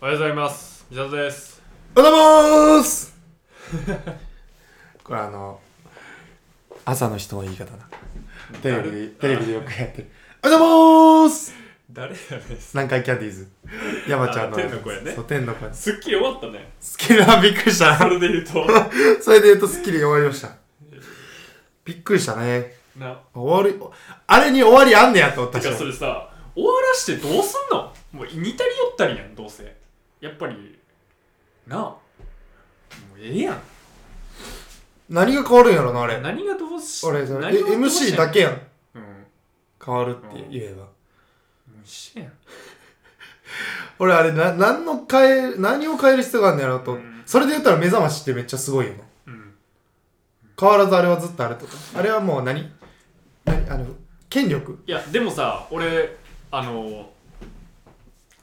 おはようございます。三里です。おはようございますこれあの朝の人の言い方なテレビでテレビでよくやってるおはようございます誰やねん。南海キャンディーズ山ちゃんのあ天の声ねそう天の声すっきり終わったね。スキルはびっくりしたそなれで言うと、 それで言うとスッキリ終わりましたびっくりしたねな、終わりあれに終わりあんねやと思ったてしかそれさ、終わらしてどうすんのもう似たり寄ったりやん、どうせ。やっぱり、なあ、もうええやん。何が変わるんやろなあれ何がどうし俺それ何えがどうし MC だけやんうん。も変わるって言えばう一緒やん。俺あれな何の変え何を変える必要があるんだろうと、うんそれで言ったら目覚ましってめっちゃすごいよなうん。変わらずあれはずっとあれとかあれはもう何何あの権力いや、でもさ、俺、あの、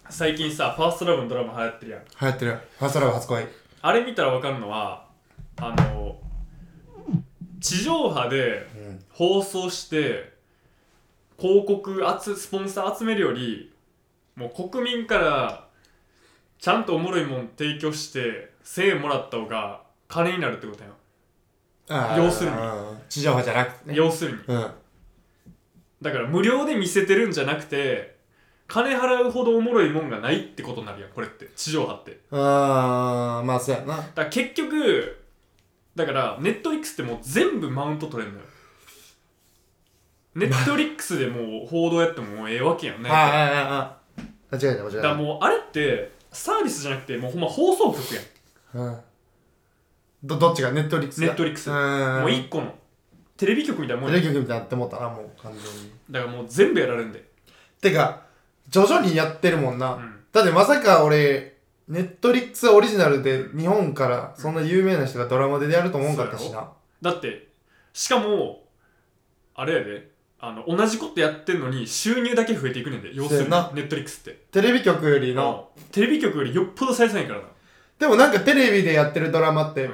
最近さ、ファーストラブのドラマ流行ってるやん。流行ってるファーストラブ初恋あれ見たらわかるのは、あの、地上波でうん放送して広告あつスポンサー集めるよりもう国民からちゃんとおもろいもん提供して1000円もらった方が金になるってことやん、あ要するにうん地上波じゃなくてね要するにうんだから無料で見せてるんじゃなくて金払うほどおもろいもんがないってことになるやんこれって地上波ってだあーまあそうやなから結局だからネットリックスってもう全部マウント取れんのよネットリックスでもう報道やってももうええわけやんねあああああ間違えた間違えだたからもうあれってサービスじゃなくてもうほんま放送局やんうんどどっちがネットリックスがネットリックスうんうんもううん一個のテレビ局みたいなもんテやレんビ局みたいになって思ったなもう完全にだからもう全部やられんでてか徐々にやってるもんな、うんだってまさか俺ネットリックスオリジナルで日本からそんな有名な人がドラマでやると思うんかったしなだってしかもあれやであの同じことやってんのに収入だけ増えていくねんで要するにそうやなネットリックスってテレビ局よりのうんテレビ局よりよっぽど採算いいからなでもなんかテレビでやってるドラマって、う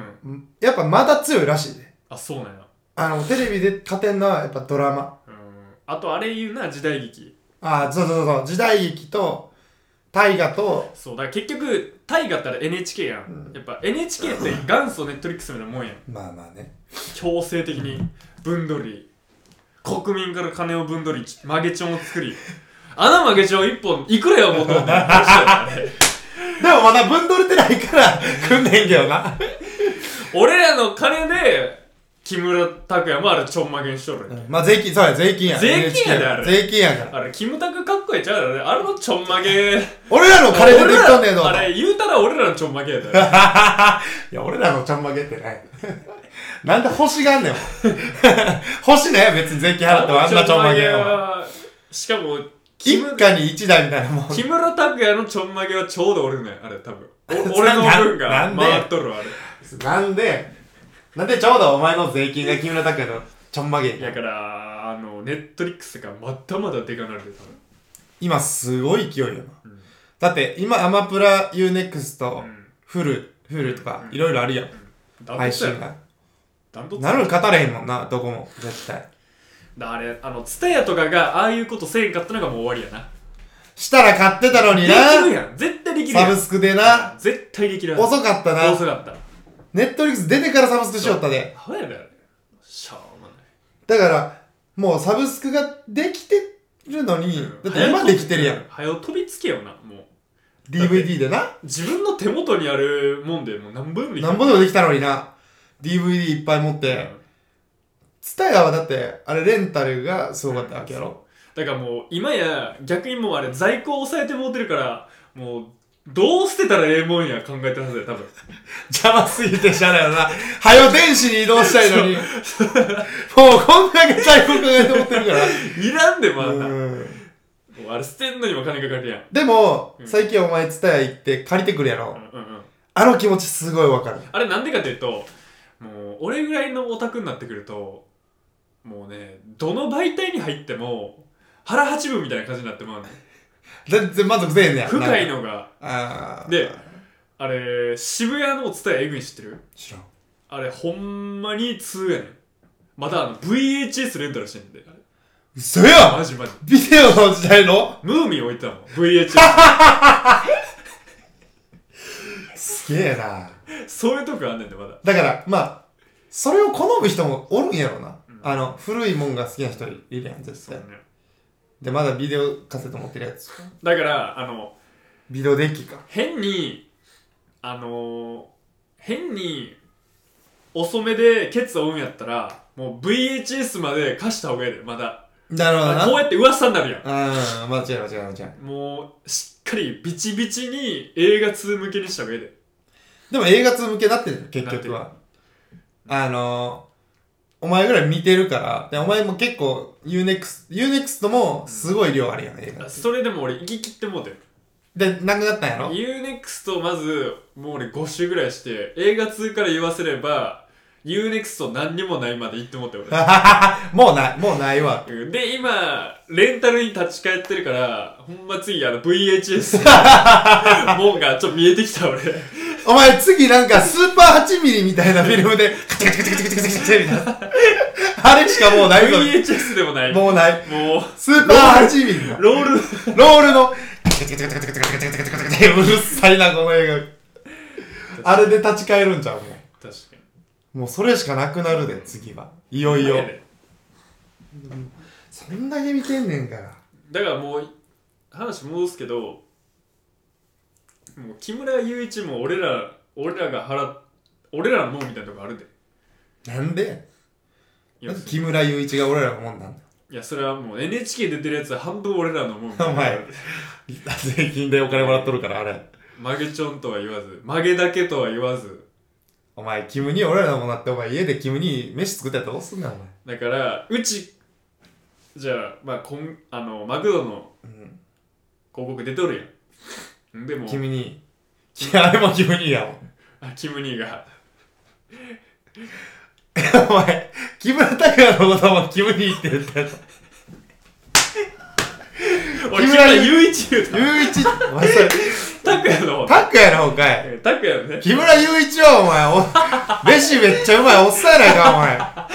やっぱまだ強いらしいであそうなんやあのテレビで勝てんのはやっぱドラマうんあとあれ言うな時代劇ああそうそうそう時代劇と大河とそうだから結局大河ったら NHK やん、うんやっぱ NHK って元祖ネットリックスみたいなもんやんまあまあね強制的に分取り国民から金を分取り曲げちょんを作りあの曲げちょん一本いくらよもうと思って話だよねでもまだ分取れてないから組んでんけどな俺らの金で木村拓哉もあれちょんまげにしとる、うんまあ税金そうや税金や税金やであれ NHK 税金やかあられキムタクかっこええちゃうだろあれのちょんまげ俺らのカレーでできとんねえぞ俺らあれ言うたら俺らのちょんまげやだいや、俺らのちゃんまげってない。 なんで星があんねん。 星ね、別に税金払ってもあんなちゃんまげよ。はしかも一キム家に一台みたいなもん。木村拓哉のちょんまげはちょうど俺ねあれ多分お俺の分がなんで回っとるわあれなんで、なんでちょうどお前の税金が木村拓哉のちゃんまげだからあのネットリックスがまだまだでかなるで多分今すごい勢いよな。んだって今アマプラ UNEXT うん、フル、フルとかいろいろあるやん。ダン配トツや信ろが。ダントツなるに語れへんもんな、どこも。絶対。だあれあのツタヤとかがああいうことせえんかったのがもう終わりやなしたら買ってたのにでな。きるやん絶対できるやサんブスクでな。絶対できるやん遅かったな。遅かったネットリックス出てからサブスクしよったで。そうやであれしょうもないだから、もうサブスクができてるのに、だって今できてるやん。早う飛びつけよなもう DVD でな。自分の手元にあるもんでもう何分でもいいなんぼでもできたのにな。DVD いっぱい持っうて。んツタヤはだって、あれレンタルがすごかったわけやろ。だからもう今や逆にもうあれ在庫を抑えてもうてるからもうどう捨てたらええもんや考えてるはずだよ多分 邪魔すぎてしゃあないよな。はよ電子に移動したい のに。もうこんだけ在庫抱えて持ってる から。いらんでまだ、もうんうあれ捨てんのにも金かかるやんでもう、ん最近お前ツタヤ行って借りてくるやろ。うんうんうんあの気持ちすごいわかる。あれなんでかっていうともう俺ぐらいのオタクになってくるともうねどの媒体に入っても腹八分みたいな感じになって まうねん全然満足せえへんねや。深いのがあーであれ渋谷のお伝ええぐいん知ってる知らん。あれほんまに通やねんまたあの VHS レンタルしてんねんであれ嘘やんマジマジビデオの時代のムーミン置いてたもん VHS げえな。 そういうとこあんねんでまだだから、まあ、それを好む人もおるんやろうな。うんあの、古いもんが好きな人いるやん、絶そう対ね。で、まだビデオカセット持ってるやつ。だからあのビデオデッキか。変にあのー変に遅めでケツを追うんやったらもう VHS まで貸した方がええでまだなるほどな。こうやって噂になるやんうん、間違い間違い間違い。もうしっかりビチビチに映画通向けにした方がええででも映画通向けだってる結局なっは。あのー、お前ぐらい見てるから、でお前も結構 UNEXT、UNEXT もすごい量あるやん、映画。それでも俺行き切ってもうてで、なくなったんやろ UNEXT をまずもう俺5週ぐらいして映画通から言わせれば UNEXT 何にもないまで行ってもうて俺 もうない、もうないわ。うんで、今、レンタルに立ち返ってるから、ほんま次、あの、VHS もんがちょっと見えてきた、俺。お前次なんかスーパー8ミリみたいなフィルムで、カチカチカチカチカチカチカチみたいな。あれしかもうないぞ。 VHS でもない。ももうない。う、スーパー8ミリの。ロール、ロールの、カチカチカチカチカチカチカチカチカチカチうるさいな、この映画。あれで立ち返るんちゃうもう。確かもうそれしかなくなるで、次は。いよに。いよ早。ねそんだけ見てんねんから。だからもう、話戻すけど、もう、木村雄一も俺ら、俺らが払っ、俺らのもんみたいなとこあるで。なんでいなやんで、木村雄一が俺らのもんなんだよ。いやそれはもう NHK 出てるやつは半分俺らのもんみたいなお前、税金でお金もらっとるから、あれ。曲げちょんとは言わず、曲げだけとは言わず、お前、キムに俺らのもんなって、お前家でキムに飯作ったらどうすんだ、お前。だからうちじゃあ,、まあ、こんあのマクドのうん。広告出とるやんでもキムに。いや、あれもキムにやもん。あキム兄がお前、木村拓哉のこともキムにって言ったやつ。俺木木村村雄一言う雄一、お前それ、た拓哉 の方拓哉の方かい。拓哉のね木村雄一はお前お、飯めっちゃうまいおっさんやないか、お前。だか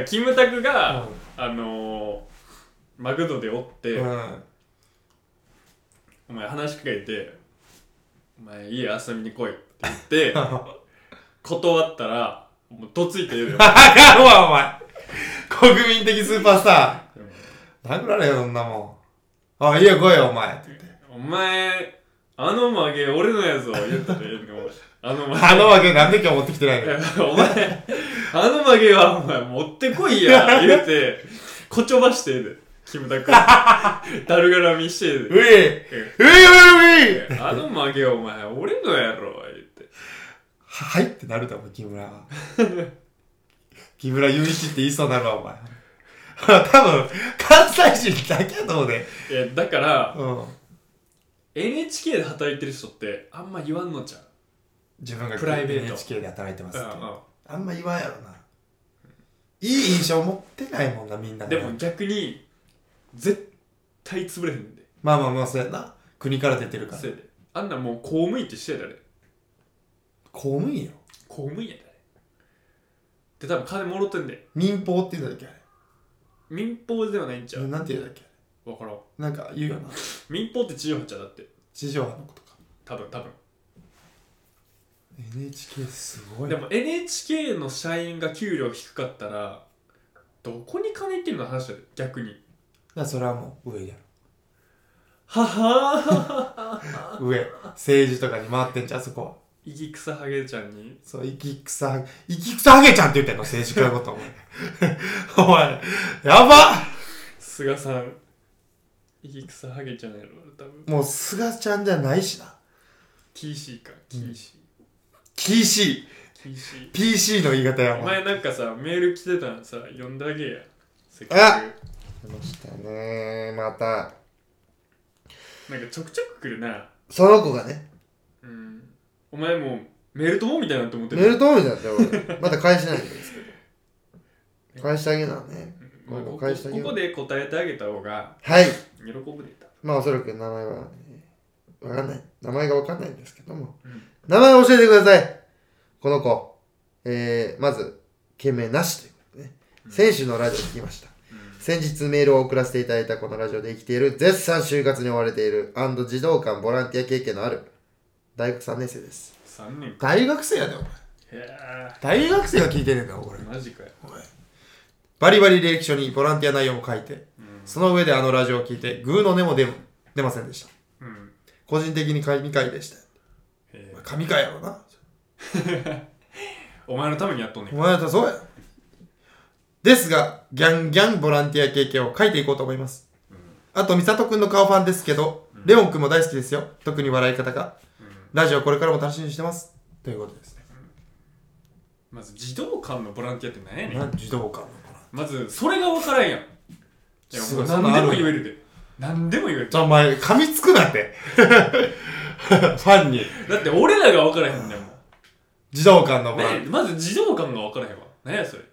らキムタクが、あのー、マクドでおって、うんお前話しかけて「お前家遊びに来い」って言って断ったらもうどついて言うよあかんわ、お前。国民的スーパースター。殴られよ、そんなもん。あ、家来いよ、お前。お前あの曲げ俺のやぞ言ったらええのあの曲げあのわけなんで今日持ってきてないいのやお前、あの曲げはお前持ってこいや、言うて、こちょばしてえで、キムタ ク。だるがらみしてえういうえいういういうで、あの曲げはお前、俺のやろ、言って。はいってなるだろ、木村は。 木村雄一って言いそうになるわ、お前。 多分、関西人だけやと思うで。いや、だから、うん。 NHK で働いてる人って、あんま言わんのちゃう。自分がプライベート NHK で働いてますって。うあんま言わんやろな。いい印象持ってないもんな、みんなんねでも逆に、絶対潰れへんで、まあまあまあ、そうやな。国から出てるから。せいで。あんなもう公務員ってしてだね。公務員よ。公務員やだね。で、多分金もろてんで。民放って言うんだっけあ民放ではないんちゃれ。うなんて言うんだっけわからん。なんか言うよな。民放って地上波ちゃうだって。地上波のことか。多分多分 NHK すごいでな。も NHK の社員が給料低かったらどこに金いってんの話だよ逆になそれはもう上やは はーろ。上。政治とかに回ってんじゃん、そこは。イギクサハゲちゃんにそう、生き草、生き草ハゲちゃんって言ってんの、政治家のこと。お前。お前、やば菅さんイギクサハゲちゃんやろ多分もう、菅ちゃんじゃないしな。 TC か TC、 PC。 TC PC の言い方おやもん。前なんかさメール来てたらさ読んであげやせっあか来ましたねまた。くなんかちょくちょく来るなその子がね、うんお前もうメール友みたいなと思ってメール通りだって俺、まだ返してないんですけど。返してあげな ね。うんもこうこ返してあげこよこうで答えてあげた方がはい。喜ぶでたまあおそらく名前は、ね、わかんない。名前がわかんないんですけども。うん名前を教えてください。この子。えー、まず、件名なしということでね。選手のラジオ聞きました。先日メールを送らせていただいたこのラジオで生きている、絶賛就活に追われている、児童館ボランティア経験のある、大学3年生です3人大学生やでお前へ大学生が聞いてねえんだよ俺えマジかよ、お前バリバリ履歴書にボランティア内容も書いてうんその上であのラジオを聞いてグーの音も出も出ませんでしたうん個人的に神回でしたへおえ前神回やろなお前のためにやっとんねおん前だったらそうやですがギャンギャンボランティア経験を書いていこうと思いますあと美里くんの顔ファンですけどレオンくんも大好きですよ特に笑い方がラジオこれからも楽しみにしてますということですねまず児童館のボランティアって何やねんなん児童館のかなまずそれが分からんやんいやすもごうい何でも言えるで何でも言えるじゃあお前噛みつくなって ファンにだって俺らが分からへんんだよも児童館のんボランねまず児童館が分からへんわ何やそれテ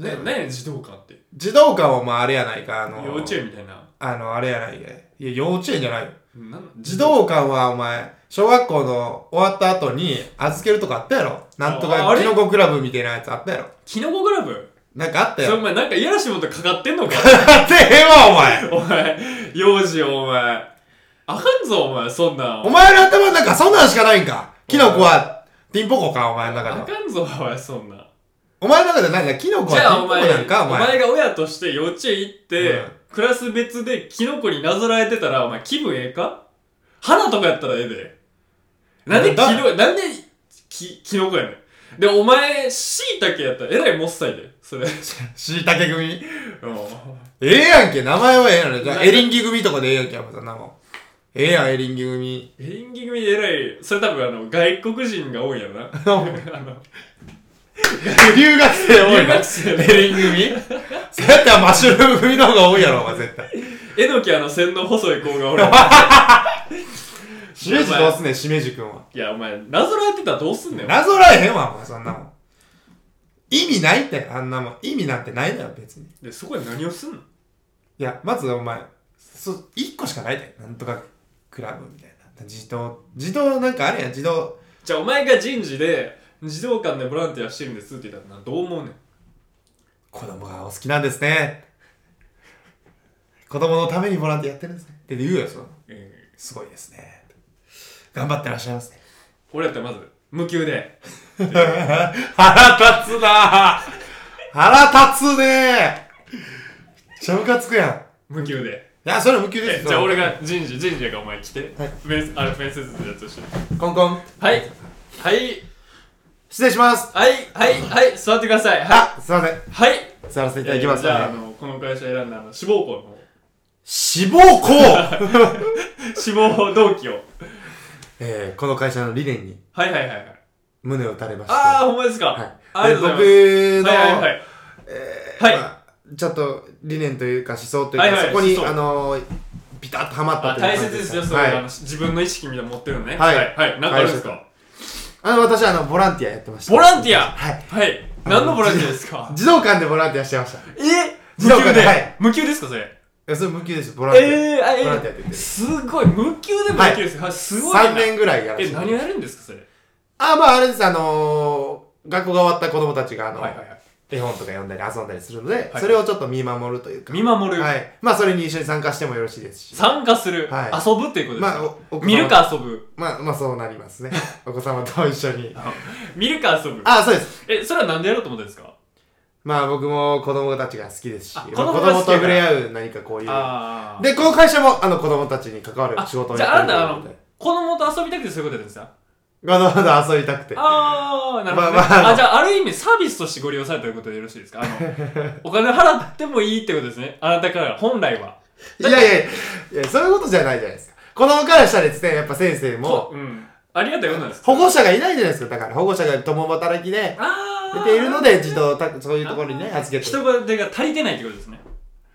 ィアね何や児童館って児童館はまああれやないかあの幼稚園みたいなあのあれやないかいや幼稚園じゃないよなん児童館はお前小学校の終わった後に預けるとかあったやろなんとああかれキノコクラブみたいなやつあったやろキノコグラブなんかあっそたれおよ前なんかいやらしいもんとかかってんのか あってへんわお前お前幼児よお前あかんぞお前そんなんお前の頭の中そんなんしかないんかキノコはティンポコかお前の中であはかんぞお前そんなんお前の中でなんかキノコじはテゃィあンポおコ前なんかおお前前が親として幼稚園行って、うんクラス別でキノコになぞらえてたらお前気分ええか花とかやったらええでなんでキだノなんできキノコやねんでお前しいたけやったらえらいもっさいでそ れしいたけ組うんええやんけ名前はええやろじゃなあエリンギ組とかでええやんけお前そんなもんええやんエリンギ組エリンギ組えらいそれ多分あの外国人が多いやろな あの留学生 多い留な学生の エリンギ組そうやったらマッシュルーム組の方が多いやろお前絶対えのきあの線の細い子がおる しめじどうすんねん、しめじくんは。いやお前なぞらえてたらどうすんねんなぞらえへんわ、もうそんなもん。意味ないって、あんなもん。意味なんてないだよ、別に。いでそこで何をすんのや、まずお前、そ、一個しかないで。なんとかクラブみたいな。自動、自動なんかあれやん、自動。じゃあお前が人事で児童館でボランティアしてるんですって言ったらなどう思うねん子供がお好きなんですね。子供のためにボランティアやってるんですね。って言うよ、その。すごいですね。頑張ってらっしゃいますね。俺やったらまず無給で腹立つなぁ腹立つねぇめっちゃムカつくやん。無給でいや、それ無給でえす。じゃあ俺が人事人事やからお前来て、はい面あれ面接のやつをしてコンコン。はいはい失礼します。はいはいはい座ってくださいはあ、すいません。いはい座らせていただきますじゃああね。のこの会社選んだあの志望校の方 志望校 志望動機をえー、この会社の理念にはいはいはいはい胸を打たれまして。ああほんまですか、はい。ありがとうございで僕まの、すはいはいはいえーはいまあちょっと理念というか思想というか、はいはいそこに、思想あのー、ビタッとはまったあという大感切じですよ、それははあのい。自分の意識みたいなの持ってるのね。はいはい、はい、なんかあるんですかあの、私、あの、ボランティアやってました。ボランティアはい。はい。何のボランティアですか 児童館でボランティアしてました。いえ無自動給化で、ではい無給ですかそれや、それ無給です、ボランティア。えー、あえボランティアって言っー、てすごい無給でもできるですよ、はい、すごいな3年ぐらいやらせえて何をやるんですかそれあ、まあ、あれです、あのー、学校が終わった子供たちが、あの、はいはいはい絵本とか読んだり遊んだりするので、はいそれをちょっと見守るというか。見守る、はい。まあ、それに一緒に参加してもよろしいですし。参加する、はい遊ぶっていうことですまか、あ、おお子様と見るか遊ぶまあ、まあ、そうなります ね。お子様と一緒に。見るか遊ぶあ、そうです。えそれは何でやろうと思ったんですかまあ、僕も子供たちが好きですし、あ子まあ供子が好きだ供と触れ合う何かこういう。ああで、この会社も、あの、子供たちに関わる仕事をじゃやああってなるたあというのことで。子供と遊びたくてそういうことやってるんですかわざわざ遊びたくて。ああなるほど、ねまあまああじゃあある意味サービスとしてご利用されたということでよろしいですか あのお金払ってもいいってことですねあなたから本来はいやいやいや、いやそういうことじゃないじゃないですか。子供からしたらですね、やっぱ先生も、うんありがたいことなんです保護者がいないじゃないですか。だから、保護者が共働きで、あー出ているので、児童た、そういうところにね、預けて。人手が足りてないってことですね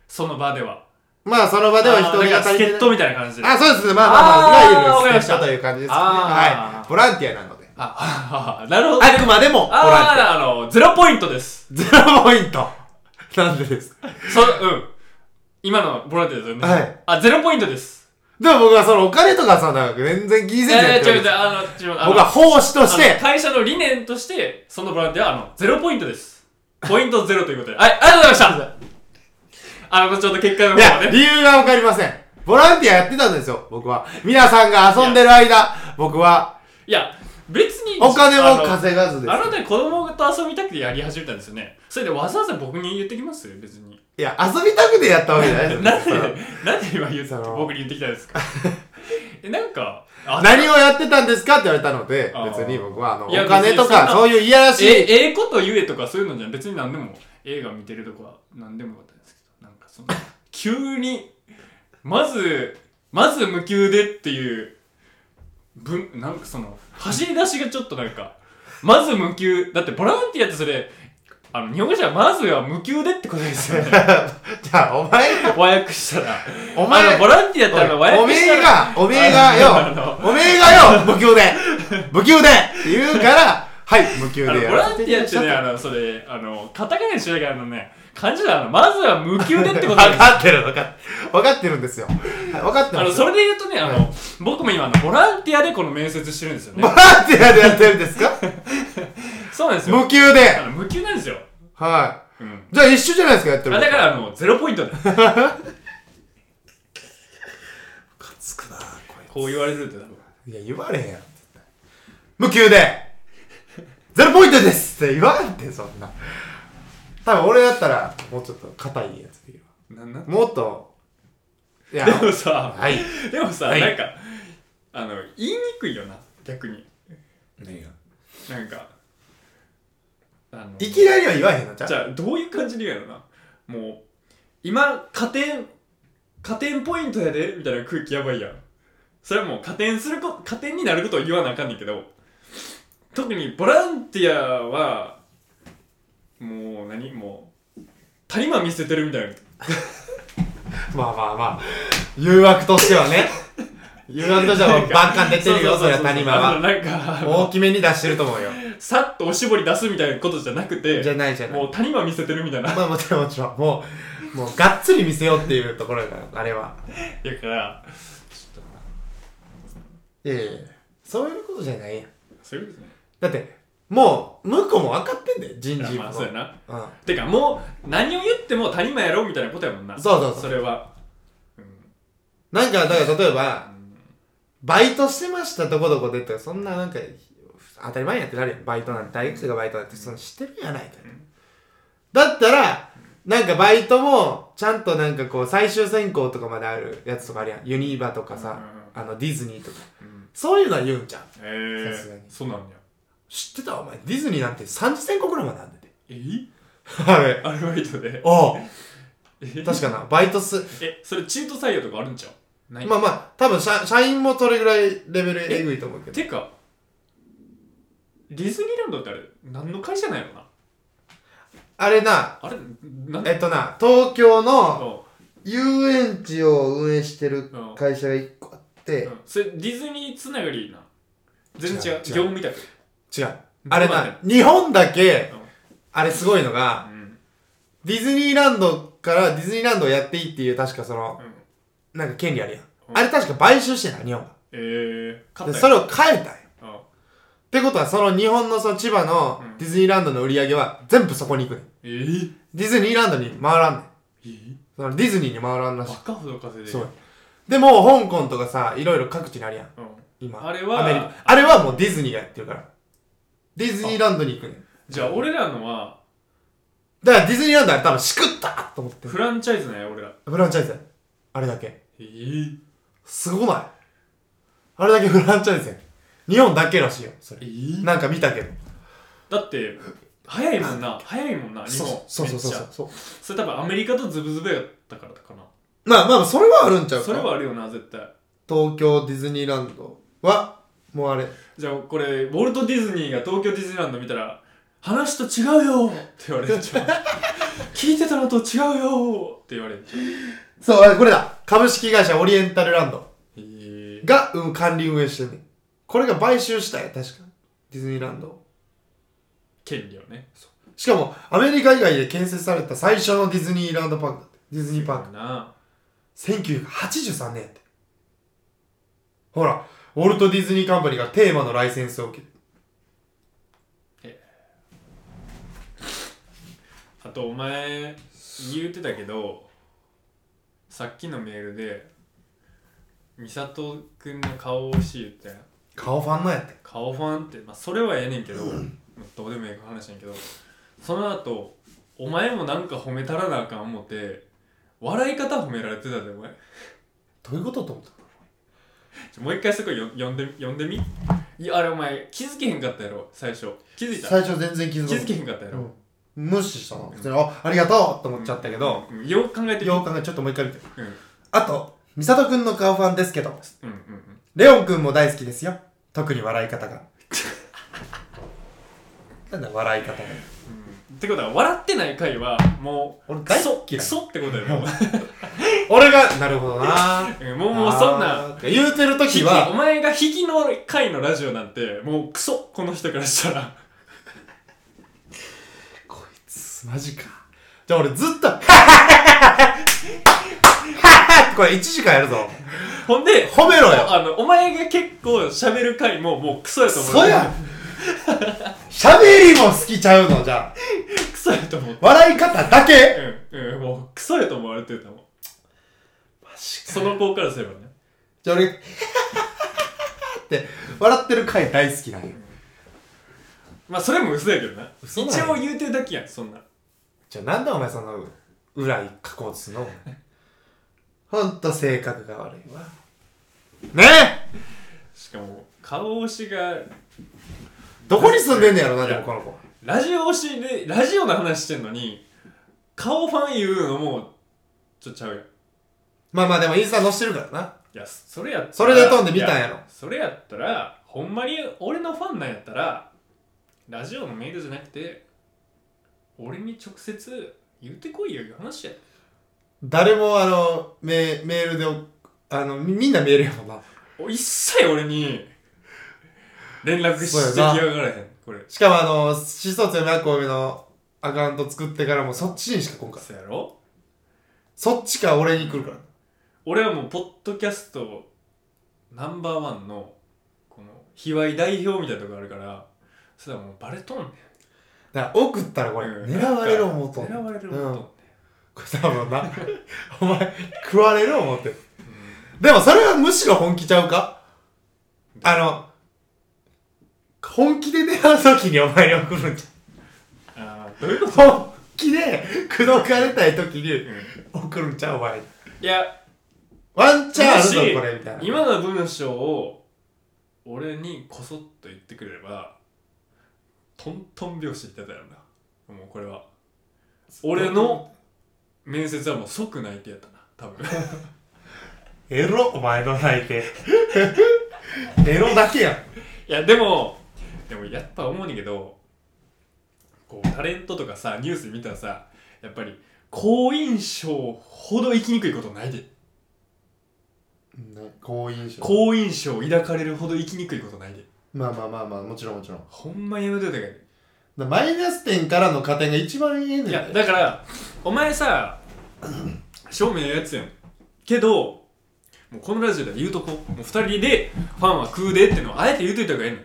その場ではまあ、その場では人あー手だがから足りて助っな人い。みたいな感じでああ、そうですね。まあまあまああ、ーいわわかゆりるまスしケたッという感じですね。あーはい。ボランティアなので。あなるほどあくまでも、ボランティア。あーあのゼロポイントですゼロポイント。なんでですかそうん今のボランティアですよねはいあゼロポイントですでも僕はそのお金とかそんな全然気にせずやえっーて違るう違うあの違うあの僕は奉仕としあのて、会社の理念としてそのボランティアはあのゼロポイントですポイントゼロということではいありがとうござい ましたあのちょっと結果のい方はや、ね理由がわかりません。ボランティアやってたんですよ、僕は。皆さんが遊んでる間、僕は、いや別にお金あをの稼がずであすなたに子供と遊びたくてやり始めたんですよねそれでわざわざ僕に言ってきます別にいや遊びたくてやったわけじゃないですよなんでそのなんで今言うその僕に言ってきたんです かえなんかあ何をやってたんですかって言われたのであー別に僕はあのおいや金別とにかそんなそういういやらしいえええこと言えとかそういうのじゃ別に何でも映画見てるとか何でもよかったんですけどなんか その急にまずまず無給でっていう分なんかその走り出しがちょっとなんかまず無給だってボランティアってそれあの日本語じゃまずは無給でってことですよねじゃあお 前和訳したらおあ前のボランティアってあの和お訳めしたえら がおめえがよあのおめえがよ無給で無給でって言うからはい無給あのでやボらランせテてィアやっってちゃっね、たあの、それ、あの、片仮名しなきゃあのね、漢字だの、まずは無給でってこと分なんですかってる分かってる分かってるんですよはい分かってあまの、すよそれで言うとね、あの、僕も今、あのボランティアでこの面接してるんですよボね。ランティアでやってるんですかそうなんですよ。無給あでの無給なんですよ。はうん。いじゃあ一緒じゃないですかやってるあことだから、あの、ゼロポイントで。ムカつくなこれこう言われるって多分。いや、言われへんやん。無給で、ゼロポイントですって言わんて、そんな。多分俺だったら、もうちょっと硬いやつできるなんなんわ。もっと、いや、でもさ、はい。でもさ、はいなんか、あの、言いにくいよな、逆に。なんか、あの、いきなりは言わへんのちゃうじゃあどういう感じで言うやろなもう今加点加点ポイントやでみたいな空気やばいやんそれはもう加点するこ加点になることを言わなあかんねんけど特にボランティアはもう何もう谷間見せてるみたいなまあまあまあ、誘惑としてはね。誘惑としてはもうバンカン出てるよ、そりゃ谷間あのは。なんかあの大きめに出してると思うよ。さっとおしぼり出すみたいなことじゃなくてじゃないじゃないも。う谷間見せてるみたいなまあもちろんもちろん。もう、もうがっつり見せようっていうところが、あれは。だからいやいやいやそういうことじゃないやん。そういうことですねだってもう向こうも分かってんだよ人い事やも、まあそうやなうん、てかもう何を言っても谷間やろうみたいなことやもんなそうそうそうそれはなんかだから例えばんバイトしてましたどこどこでってそんななんか当たり前やってなるやんバイトなんて大学生がバイトなんてその知ってるやないかよだったらなんかバイトもちゃんとなんかこう最終選考とかまであるやつとかあるやんユニーバとかさ、あのディズニーとかうんそういうのは言うんじゃんへえさすがにそうなんや知ってたお前ディズニーなんて3次選考ぐらいまであんだってえあれ アルバイトで おうえ確かなバイトすえそれ中途採用とかあるんちゃうないまあまあ、多分社社員もそれぐらいレベルえぐいと思うけど。てかディズニーランドってあれ何の会社なんやろなあれな、あれなんえっとな、東京のの遊園地を運営してるうん会社が一個あって、それディズニーつながりな全然違う違業う務委託違う。あれどうなな、日本だけうん、あれすごいのうが、んディズニーランドからディズニーランドをやっていいっていう確かその、うんなんか権利あるやん。うんあれ確か買収してない、日本ええが。勝で、ったそよれを変えたんよ。うんってことは、その日本のその千葉のうんディズニーランドの売り上げは全部そこに行くねん。えーディズニーランドに回らんねん。えーそのディズニーに回らんらしいバ。カほど稼いでるそうでも香港とかさいろいろ各地にあるやんうん今あれはアメリカあれはもうディズニーがやってるからディズニーランドに行くねんじゃあ俺らのはだからディズニーランドは多分しくったと思ってるフランチャイズね俺らフランチャイズやあれだけえー、すごないあれだけフランチャイズや日本だけらしいよそえれー、なんか見たけどだって早いもんな早いもんな日そう本そうそうそめっうそちうゃそうそれ多分アメリカとズブズブやったからかなまあまあそれはあるんちゃうかそれはあるよな絶対東京ディズニーランドはもうあれじゃあこれウォルト・ディズニーが東京ディズニーランド見たら話と違うよって言われ ちゃう聞いてたのと違うよって言われちゃうそうあれこれだ株式会社オリエンタルランドえー、が、うん、管理運営してんねんこれが買収したよ確かディズニーランドを権利をねしかもアメリカ以外で建設された最初のディズニーランドパークだってディズニーパークな1983年やってほらウォルト・ディズニーカンパニーがテーマのライセンスを受けるあとお前言うてたけどさっきのメールで美里くんの顔を欲しいってか顔ファンのやって顔ファンって、まあ、それはええねんけど、どうでもええ話やねんけどその後お前もなんか褒めたらなあかん思って笑い方褒められてたでお前どういうことと思ったちょもう一回そこよ読んで読んでみいやあれお前気づけへんかったやろ最初気づいた最初全然気づ気かなづいけへんかったやろ、うん無視したの普通にあありがとうと思っちゃったけど、うんよく考えてみよう考えちょっともう一回見てうんうんあと美里くんの顔ファンですけどうんうんレオンくんも大好きですよ特に笑い方がなんだ笑い方がうんってことは笑ってない回はもう俺ク大ソ好きクソってことやろも俺がなるほどなううんもうもうそんなあー言うてる時引きはお前が引きの回のラジオなんてもうクソこの人からしたらこいつマジかじゃあ俺ずっとこれ1時間やるぞほんで褒めろよあのお前が結構喋る回ももうクソやと思うそうやん喋りも好きちゃうのじゃあクソやと思う笑い方だけうんうんもうクソやと思われてたもんその子からすればねじゃあ俺って笑ってる回大好きなんよまあそれも嘘やけどな嘘なん一や応言うてるだけやんそんなじゃあなんでお前その裏書こうとすん のお前ほんと性格が悪いわねえしかも顔押しがどこに住んでんねやろなでもこの子ラジオ推しでラジオの話してんのに顔ファン言うのもちょっとちゃうやんいまあまあでもインスタ載してるからなやそれやったらそれで飛んで見たんやろいそれやったらほんまに俺のファンなんやったらラジオのメールじゃなくて俺に直接言ってこいよいう話や誰もあのメメールでおあのみみんなメールやもんなお一切俺に連絡してきやがらへんこれしかもあの思想強めこめのアカウント作ってからもうそっちにしか来んからそうやろそっちか俺に来るから俺はもうポッドキャストナンバーワンのこの卑猥代表みたいなとこあるからそれはもうバレとんねんだから送ったらこれ、うん狙われる思うとんねん狙われるうん、思これ多分な お前食われる思ってるでもそれはむしろ本気ちゃうかあの本気で狙う時にお前に送るんじとんねんあーどういうこゃうと、 本気で口説かれたい時にうん送るんちゃうお前にいやワンチャンあるぞもしこれみたいな今の文章を俺にこそっと言ってくれればトントン拍子いってたよなもうこれは俺の面接はもう即泣いてやったな多分エロお前の泣いて エロだけやんいやでもでもやっぱ思うねんけどこうタレントとかさニュース見たらさやっぱり好印象ほど生きにくいことないで好印象好印象を抱かれるほど生きにくいことないでまあまあまあまあもちろんもちろんほんまやめといたからだマイナス点からの加点が一番いいねんいやだからお前さ正面のやつやんけどもうこのラジオでは言うとこもう2人でファンは食うでってのをあえて言うといた方がええの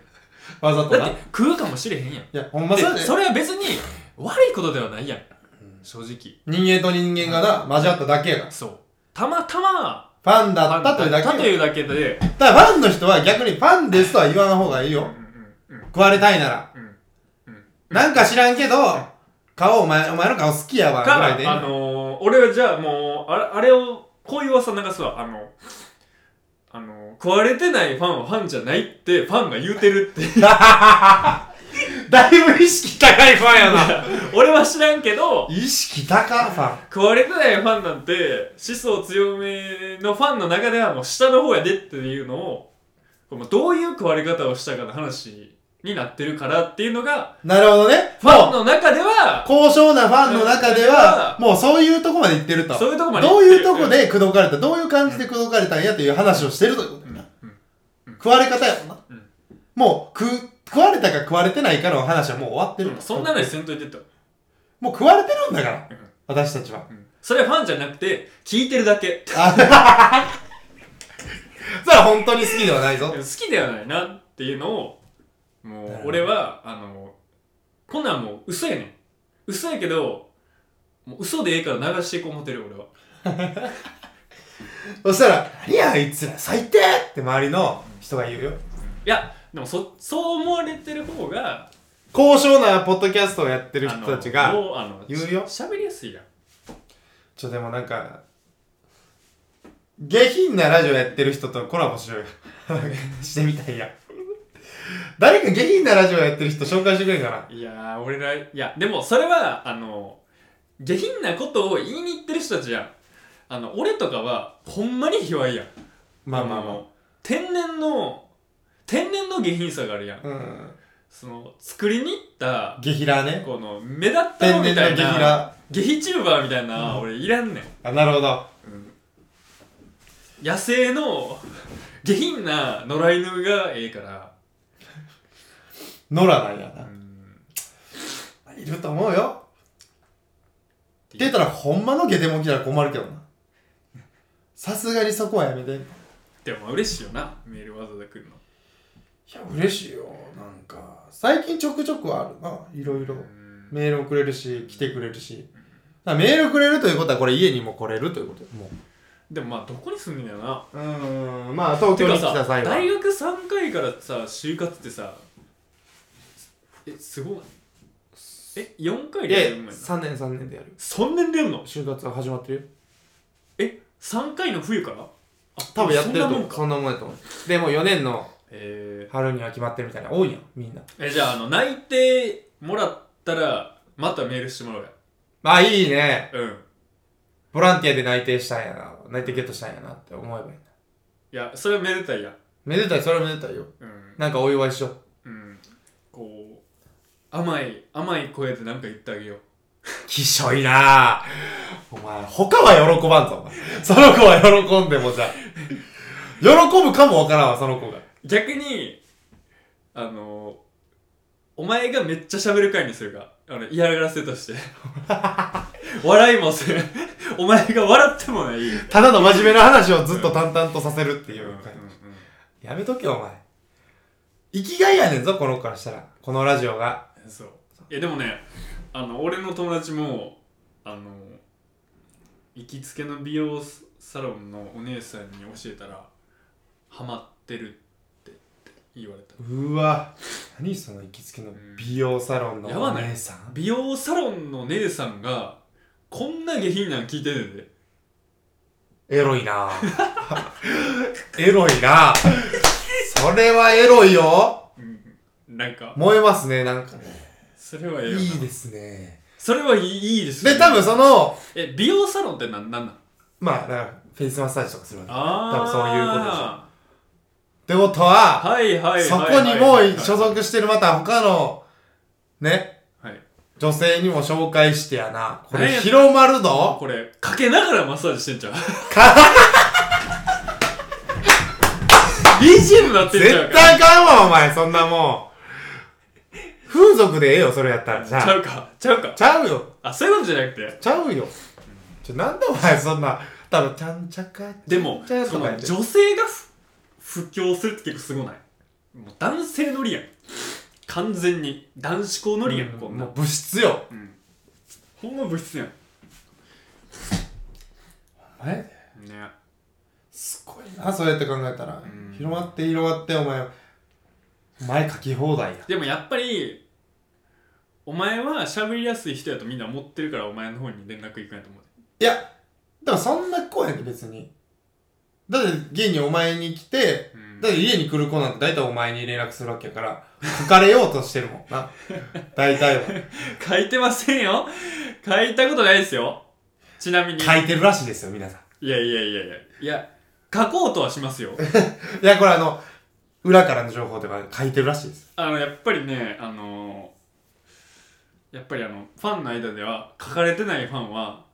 わざとだなっいて食うかもしれへんやん、やほんまそうやででそれは別に悪いことではないやん正直人間と人間がな交わっただけやからそうたまたまファンだったというだけファンだったというだけでだからファンの人は逆にファンですとは言わん方がいいうよんうんうん食われたいならうんなんか知らんけど顔お前お前の顔好きやわぐらいでいいか、あのー、俺はじゃあもう、あれあれを、こういう噂流すわ。あの、あのー、食われてないファンはファンじゃないって、ファンが言うてるって。 だいぶ意識高いファンやな俺は知らんけど、意識高ファン食われてないファンなんて、思想強めのファンの中ではもう下の方やでっていうのを、こうどういう食われ方をしたかの話になってるからっていうのが、なるほどねファンものう中では、高尚なファンの中ではもうそういうとこまで行ってるとそういうとこまでどう言っていうるとこで口説かれたどういう感じで口説かれたんやっていう話をしてるということやな食われ方やもんな、うんもう食う食われたか食われてないかの話はもう終わってる、うんそんな話せんといてと。もう食われてるんだから、うん私たちはうんそれはファンじゃなくて、聞いてるだけ。それは本当に好きではないぞ 好きではないなっていうのをもなるうほど俺はあのこんなんもう嘘やねん嘘やけどもう嘘でええから流していこう思ってる俺はそしたら「何やあいつら最低!」って周りの人が言うよいやでもそそう思われてる方が高尚なポッドキャストをやってる人たちあがのもうあの言うよしゃべりやすいやんちょでもなんか下品なラジオやってる人とコラボしようよ してみたいや誰か下品なラジオやってる人紹介してくれんかないやー俺らいやでもそれはあの下品なことを言いに行ってる人たちやんあの俺とかはほんまに卑猥やんまあまあまあの天然の天然の下品さがあるやんうんその作りに行った下ヒラねこの目立った天のみ然たのい下ヒなラ下ヒチューバーみたいな、うん俺いらんねんあなるほど野生の下品な野良犬がええから、ノラなんやうな、ん、いると思うよってで言ったらほんまのゲデモン来たら困るけどなさすがにそこはやめていも嬉しいよなメールわざわざ来るのや嬉しいよなんか最近ちょくちょくはあるないろいろうんメールもくれるし来てくれるしだからメールくれるということはこれ家にも来れるということもでもまあどこに住んでんだよなううんまあ東てかさ大学3回からさ就活ってさえすごいえ4回いやでいやんの3年3年でやるそんなに出んの就活は始まってるよえ三3回の冬からあ多分やってるそんなと思もんうかそんなもんやと思うでも4年のえ春には決まってるみたいな多いやんみんなーえじゃああの内定もらったらまたメールしてもらおうまあいいねやうんボランティアで内定したんやな、内定ゲットしたんやなって思えばいいな。いやそれはめでたいやめでたい、それはめでたいよ。うんなんかお祝いしよう。うんこう甘い甘い声で何か言ってあげようきしょいなぁ。お前、他は喜ばんぞ、お前。その子は喜んでもじゃあ喜ぶかもわからんわ、その子が。逆にあのお前がめっちゃ喋る回にするかあの嫌がらせと して笑いもせんお前が笑ってもないうんただの真面目な話をずっと淡々とさせるっていう。うやめとけ、お前。生きがいやねんぞ、この子からしたら。このラジオが。んそういやでもねあの俺の友達もあの行きつけの美容サロンのお姉さんに教えたらハマってるって言われたうわ。何その行きつけの美容サロンのやばおない姉さん。美容サロンの姉さんがこんな下品なん聞いてるんでエロいな ぁ。エロいなぁ。それはエロいよ。うんなんか燃えますね、なんかね。それはええいよないですね。それはいいいいですよで、多分その、え美容サロンってなんなんなんまあ、だからフェイスマッサージとかするわけ。っあ多分そういうことでしょあてことは、はいはいはいそこにもはいはいう所属してるまた他の、ね、はい女性にも紹介してやな。これね広まるぞこれかけながらマッサージしてんじゃん美人になってんじゃん絶対あかんわ、お前、そんなもん。風俗でええよ、それやったら。じちゃゃあうかちゃうかちゃうよ。あそういうことじゃなくてちゃうよ。ちょ、なんでお前そんな、ただちゃんちゃか、でもちゃんちゃそとのかや女って性が不不況するって結構すごないもう男性乗りやん完全に男子校乗りやん、うんこんなもう物質よ。ほんま物質やんお前ねすごいな、そうやって考えたらうん。広まって広まって、お前、お前書き放題や。でもやっぱりお前は喋りやすい人やとみんな思ってるからお前の方に連絡いくんやと思ういや、でもそんな子やね別に。だって家にお前に来て、うんだって家に来る子なんて大体お前に連絡するわけやから、書かれようとしてるもん な。大体は。書いてませんよ書いたことないですよちなみに書いてるらしいですよ、皆さん。いやいやいやいやいや書こうとはしますよいや、これあの、裏からの情報とか書いてるらしいです。あのやっぱりねあのやっぱりあのファンの間では書かれてないファンは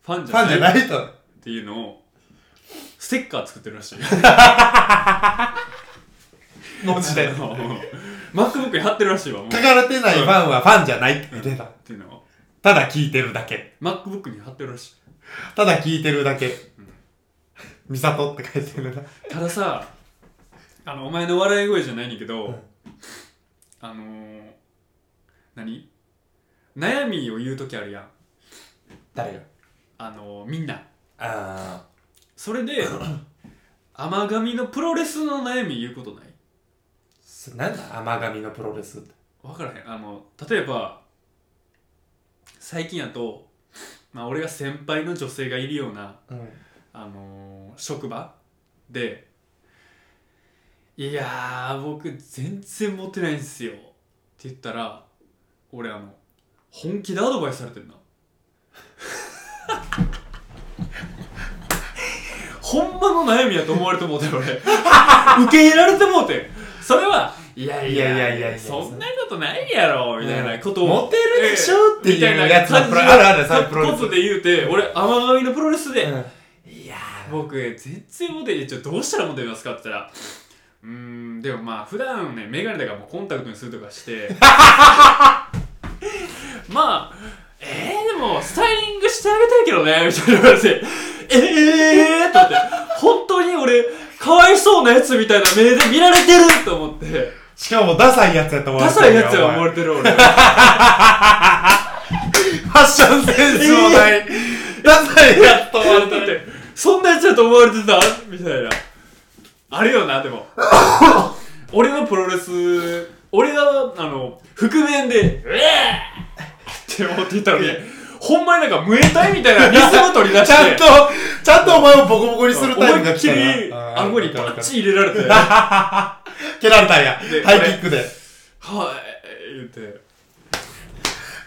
ファンじファゃンじゃないないと。っていうのをステッカー作ってるら しい文字であ。の MacBook に貼ってるらしいわもうっ書かれてないファンはファンじゃないって言ってた。ていうのをただ聞いてるだけ。 MacBook に貼ってるらしいただ聞いてるだけ。ミサトって書いてるな。たださあのお前の笑い声じゃないねんけど、うんあのー、何悩みを言う時あるやん誰があのー、みんなあ それで甘噛みのプロレスの悩み言うことないー、そなんだ甘神のプロレスって分からへんあの例えば最近やと、まあ、俺が先輩の女性がいるような、うんあのー職場でいやー僕全然モテないんすよって言ったら俺あの本気でアドバイスされてんな ほんまの悩みやと思われてもうて俺受け入れられてもうてそれはいやいやいいややいいやいやいややそんなことないやろみたいなことを、モテるでしょってみたいいうなやつのプロあるあるサイプロレコツスで言うて俺甘神のプロレスで、うんいやー僕全然モテるちょどうしたらモテますかって言ったらうーんでもまあ普段ねメガネだからもうコンタクトにするとかして まあえー、でもスタイリングしてあげたいけどねみたいな言われてえーってなって本当に俺かわいそうなやつみたいな目で見られてると思ってしかもダサいやつやと思わダれてサいるよやつは思われてる俺お前ファッションセンスもない、 ダサいやつと思われてだっるてそんなやつだと思われてたみたいなあるよなで も俺のプロレス俺があの覆面で「うえー!」って思っていたのにほんまになんかムエタイみたいなリズム取り出しちて ゃんとちゃんとお前をボコボコにするタイプ思いがっ来きたなりあー顎にバッチ入れられて「は 蹴られたんやでハイキックでい」言って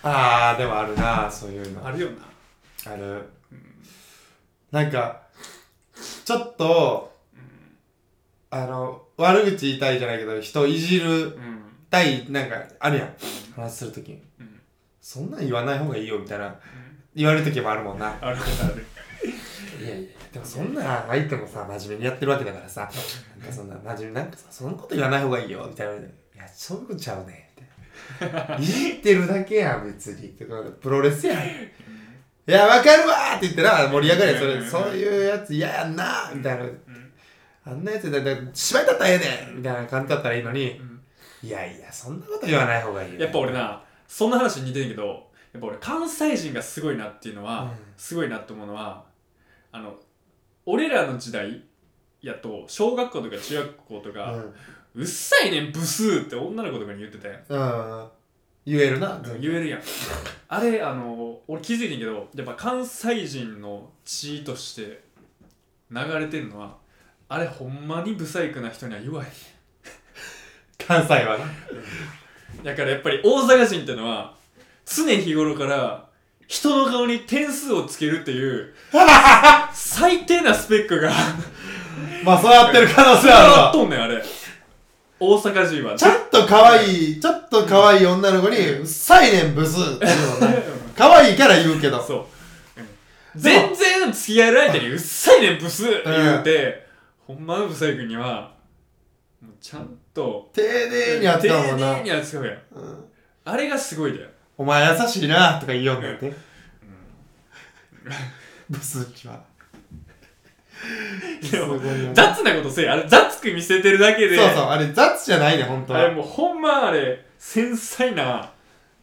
ああでもあるなそういうのあるよなあるなんかちょっとあの悪口言いたいじゃないけど人いじるうんたいなんかあるやん話するときにうんそんなん言わない方がいいよみたいな言われるときもあるもんなあるあるいやいやでもそんなん相手もさ真面目にやってるわけだからさなんかそんな真面目なんかさそんなこと言わない方がいいよみたいないやそういうことちゃうねみたいないじってるだけやん別にってかプロレスやんいやわかるわーって言ってな盛り上がれそうんれそういうやつ嫌やんなみたいなあんなやつだって芝居だったらええねんみたいな感じだったらいいのにんいやいやそんなこと言わない方がいいよやっぱ俺なそんな話に似てんけどやっぱ俺関西人がすごいなっていうのは、うんすごいなと思うのはあの俺らの時代やと小学校とか中学校とうかん、 「うっさいねんブスー」って女の子とかに言ってたやんうん、言えるな言えるやんあれあの俺気づいてんけどやっぱ関西人の血として流れてんのはあれほんまにブサイクな人には言わへん関西はなだからやっぱり大阪人ってのは常日頃から人の顔に点数をつけるっていう最低なスペックがまあそうやってる可能性はあるわっとんねんあれ大阪人はちょっと可愛い、ちょっと可愛い女の子に、うっさいねん、ブスっていうのね。 可愛いから言う けど。そう、うん全然付き合える相手に「うっさいねんブス」って言うて、ほんまのブサイ君にはもうちゃんと丁寧にやってたもんな丁寧。に扱うやんうんあれがすごいだよお前優しいなとか言いよんだよね。ブスっちは。でもすごいよね雑なことせえあれ雑く見せてるだけそうでそう、あれ雑じゃないね、ほんとあれは。もうほんまあれ繊細な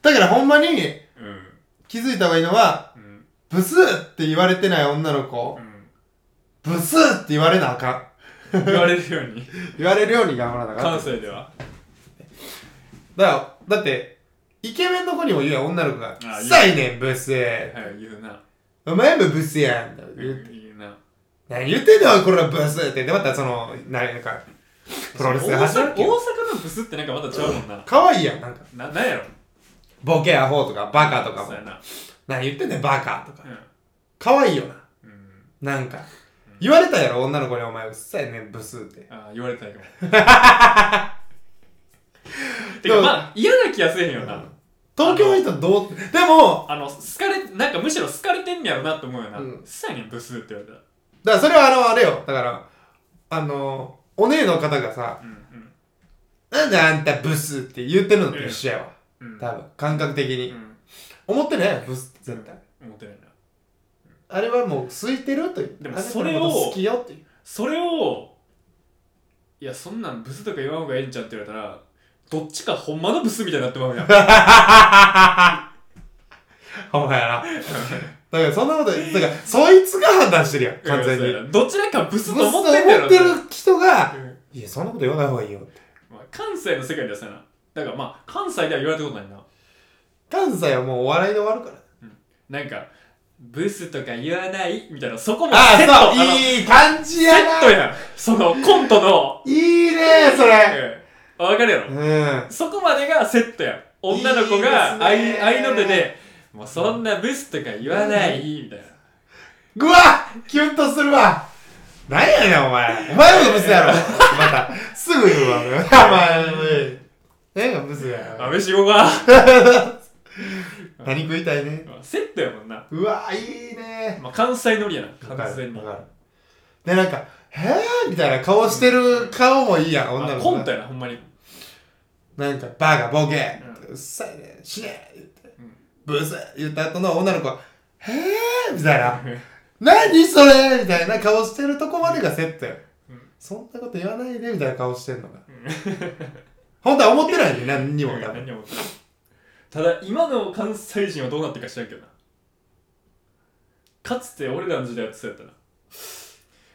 だからほんまにうん気づいた方がいいのは、うんブスって言われてない女の子う、んブスって言われなあかん。言われるよう に言われるように頑張らなあかん。関西ではだから、だって、イケメンの子にも言うやん、女の子が。うあっさいねん、ブス。はい言うなお前もブスやん。言うて言うな何言ってんだよ、これはブスって。で、またその、ななんか、プロレスが大始まる阪大け阪ど。のブスってなんかまたちゃうもんな。かわいいやん、なんか。な、なんやろボケアホとか、バカとかそもう。やな。何言ってんだよ、バカとか。うかわいいよん。な。うん、なんか。言われたやろ、女の子にお前、うっさいね、ブスって。あー言われた よ。てでかもまあ、嫌な気がせえへんよな。東京の人どう、でも、あの、好かれ、なんかむしろ好かれてんねやろなって思うよな。ううんっさいねん、ブスって言われたら。だからそれはあの、あれよ。だから、あの、お姉の方がさ、うんなんであんたブスって言ってるのと一緒やわ。うん。うん。多分、感覚的うに。ん。思ってないやんブスって絶対。思ってないな。あれはもう、空いてるという。でもあなたのそれをこと好きよっていう。 それを、いや、そんなんブスとか言わん方がええんちゃうって言われたら、どっちかほんまのブスみたいになってまうやん。ほんまやな。だからそんなこと、だからそいつが判断してるやん、 完全に。うんそうやなどちらかブスブとスと思ってんねや思ろってる人が、うんいや、そんなこと言わない方がいいよって。まあ、関西の世界ではさなだからまあ関西では言われたことないな関西はもうお笑いで終わるから。なんかブスとか言わないみたいなそこもあセットあ、あそう、のいい感じセやッなトいやんそのコントのいねそれうんわかるやろうん。そこまでがセットやん女の子がいいですね愛愛の手でもうそんなブスとか言わないみたいなぐわキュンとするわなんやねん、お前。お前もブスやろまた、すぐ言うわ。お前、えがブスやあ飯行こうか何食いたいね。まあセットやもんな、うわいいねまあ、関西乗りやなわ完かる全にわかるで、なんか、へぇーみたいな顔してる顔もいいやん、女あのコ子ントな。やなほんまになんか、バカ、ボケう、うっさいね、死ね言ってうん、ブス言った後の女の子は、へぇーみたいな。何それみたいな顔してるとこまでがセットよ、うんそんなこと言わないでみたいな顔してんのが、 本当は思ってないね何にも多分何を思ってるただ今の関西人はどうなってるか知らんけどなかつて俺らの時代はそうやったな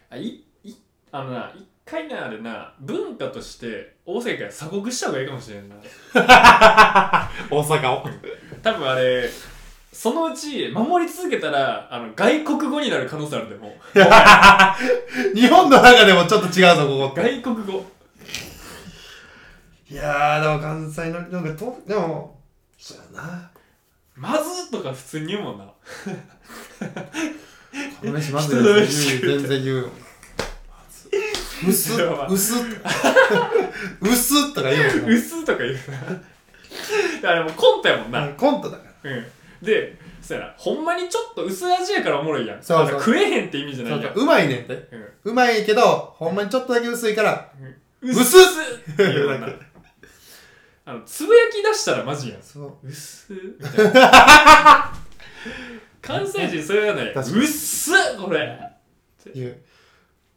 あいいあのな一回なあれな文化として大阪から鎖国した方がいいかもしれんな大阪を多分あれそのうち守り続けたらあの外国語になる可能性あるでもう 日本の中でもちょっと違うぞここって外国語いやーでも関西のなんかとでもそうやなまずとか普通に言うもんなこの飯まず人の飯全然言うよ薄っやばい薄っ薄っとか言うもんな薄とか言うな あれもうコントやもんな、うんコントだからうん、でそやなほんまにちょっと薄味やからおもろいやんそうそうあの食えへんって意味じゃなそういやそんううまいねんってうんうまいけどほんまにちょっとだけ薄いから薄っ薄っっていうような言うあのつぶやき出したらマジやんそう薄 っみたいな関西人それはね確かに薄っこれ言う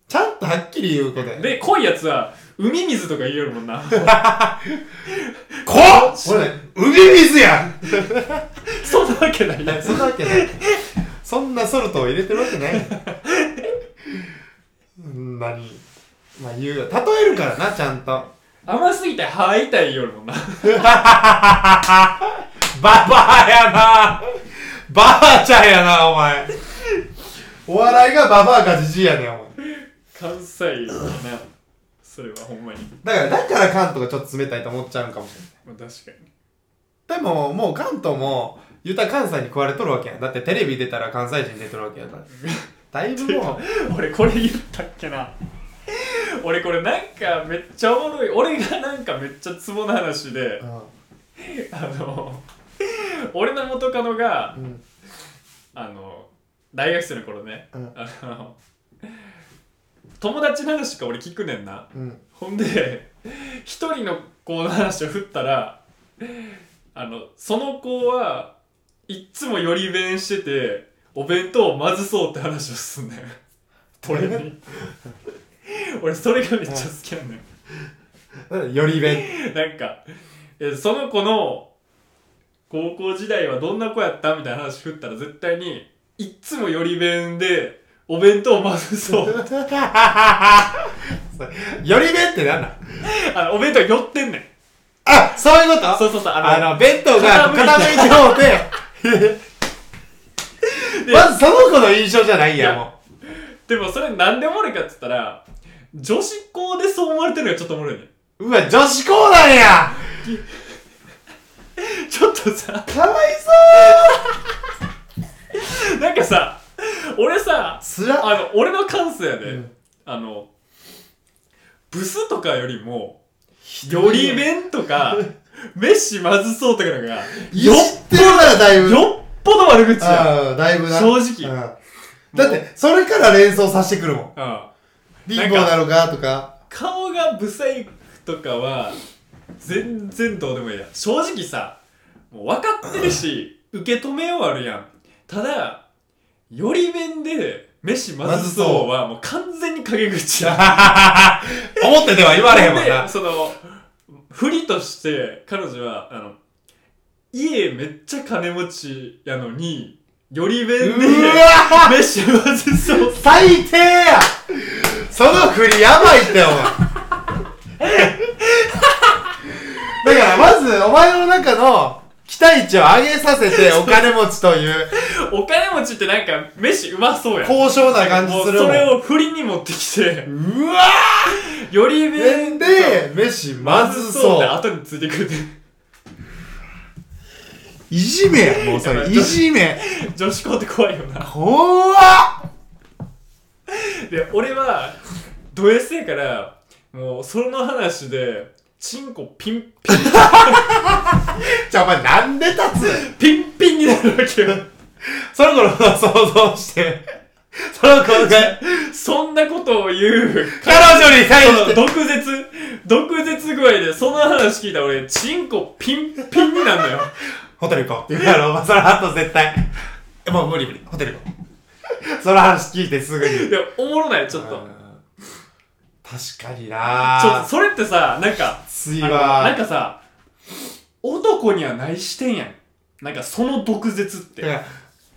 ちゃんとはっきり言うことやで濃いやつは海水とか言うよるもんな こ俺ね海水やんそんなわけないやんそんなわけないそんなソルトを入れてるわけない うん何まあ言うよ例えるからなちゃんと甘すぎて歯痛いよるもんなババアやなバアちゃんやなお前お笑いがババアかじじいやねんお前関西だなそれはほんまに、だからだから関東がちょっと冷たいと思っちゃうんかもしれないまあ、確かにでももう関東も言うたら関西に食われとるわけやんだってテレビ出たら関西人出てるわけやからだいぶ もう 俺これ言ったっけな俺これなんかめっちゃおもろい俺がなんかめっちゃツボな話であの俺の元カノがうんうんあの大学生の頃ねうんあの友達の話しか俺聞くねんなうんほんで一人の子の話を振ったらあのその子はいっつもより弁しててお弁当をまずそうって話をすんねん俺に俺それがめっちゃ好きなんだよより弁 なんかえその子の高校時代はどんな子やったみたいな話振ったら絶対にいっつもより弁でお弁当をまずそう より弁ってなんだあのお弁当寄ってんねんあそういうことそうそうそうあの弁当が傾いて傾いてもうてでまずその子の印象じゃないやいやもでもそれなんでおもろいかっつったら女子校でそう思われてるのがちょっとおもろいねううわ女子校なんやちょっとさかわいそうなんかさ俺さつらあの俺の感性やで、うんあのブスとかよりもより弁とか飯まずそうとかのがよよってるなだいぶよっぽど悪口やああだいぶな正直うんだってそれから連想させてくるもんうん貧乏なのかとか顔がブサイクとかは全然どうでもいいや正直さもう分かってるし受け止めようあるやんただより面で飯まずそうはもう完全に陰口や 思ってては言われへんもんなでその振りとして彼女はあの家めっちゃ金持ちやのにより面でうわ飯まずそう最低やその振りやばいってお前ず、お前の中の期待値を上げさせて、お金持ちという、お金持ちってなんか飯うまそうやん高尚な感じもうすそるもん。れを振りに持ってきてうわよりー弁で、飯ままずずそそううで。後についてくるっていじめや、もうそれ。いじめ。女子校って怖いよ な怖っで俺はド S やからもうその話でチンコピンピンじゃあお前なんで立つピンピンになるわけ よその頃の想像して、その頃が、そんなことを言う彼女に対そのして、毒舌毒舌具合でその話聞いたら俺チンコピンピンになるの よホテル行こうって言うやろ、お前その後絶対。え もう無理無理、ホテル行こう。その話聞いてすぐに。いやおもろないちょっとあー確かにちょっなとそれってさなんかついあのなんわかさ男にはない視点やんなんかその毒舌っいてや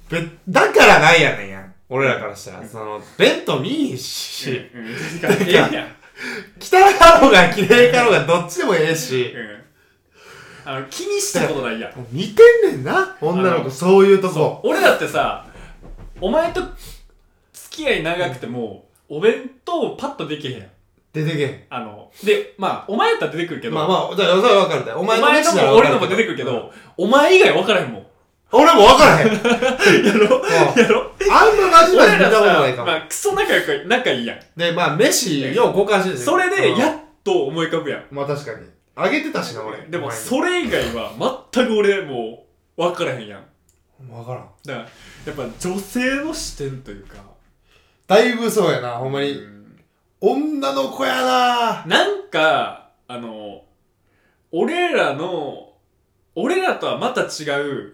べだからないやねんやん俺らからしたらそのベント見いいしうんうんてかええやん汚かろうが綺麗かろうがどっちでもええしうんあの気にしたことないやん似てんねんな女のあ子のそういうとこそう俺だってさお前と付き合い長くてもお弁当パッとできへん出てけんあのでまあお前やったら出てくるけど、まあまあだからそれは分かるでおお前前のの話ならも分俺かのも出てくるけど、お前以外分からへんもん俺も分からへんやろうやろあんまマジマ俺ジ見たらことさないかも、まあ、クソ仲良く仲いいやんでまあ飯よう交換しててそれでやっっと思い浮かぶやんまあ確かにあげてたしな俺でも前にそれ以外は全く俺もう分からへんやん分からんだからやっぱ女性の視点というかだいぶそうやなほんまにうん女の子やななんかあの俺らの俺らとはまた違う